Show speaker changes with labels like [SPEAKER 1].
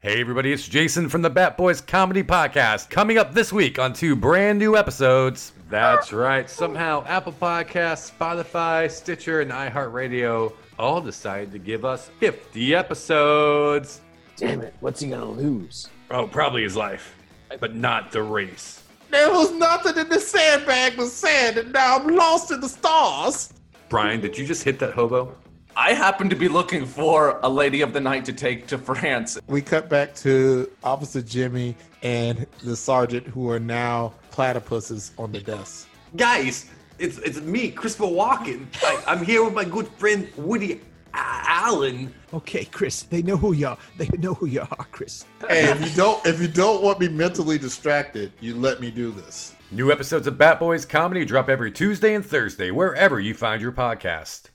[SPEAKER 1] Hey, everybody, it's Jason from the Bat Boys Comedy Podcast. Coming up this week on two brand new episodes. That's right. Somehow, Apple Podcasts, Spotify, Stitcher, and iHeartRadio all decided to give us 50 episodes.
[SPEAKER 2] Damn it, what's he gonna lose?
[SPEAKER 1] Oh, probably his life, but not the race.
[SPEAKER 3] There was nothing in this sandbag but sand, and now I'm lost in the stars.
[SPEAKER 1] Brian, did you just hit that hobo?
[SPEAKER 4] I happen to be looking for a lady of the night to take to France.
[SPEAKER 3] We cut back to Officer Jimmy and the sergeant, who are now platypuses on the desk.
[SPEAKER 5] Guys, it's it's me, Chris Walken. I, I'm here with my good friend Woody A- Allen.
[SPEAKER 6] Okay, Chris, they know who you are. They know who you are, Chris.
[SPEAKER 3] Hey, if you don't, if you don't want me mentally distracted, you let me do this.
[SPEAKER 1] New episodes of Bat Boys Comedy drop every Tuesday and Thursday, wherever you find your podcast.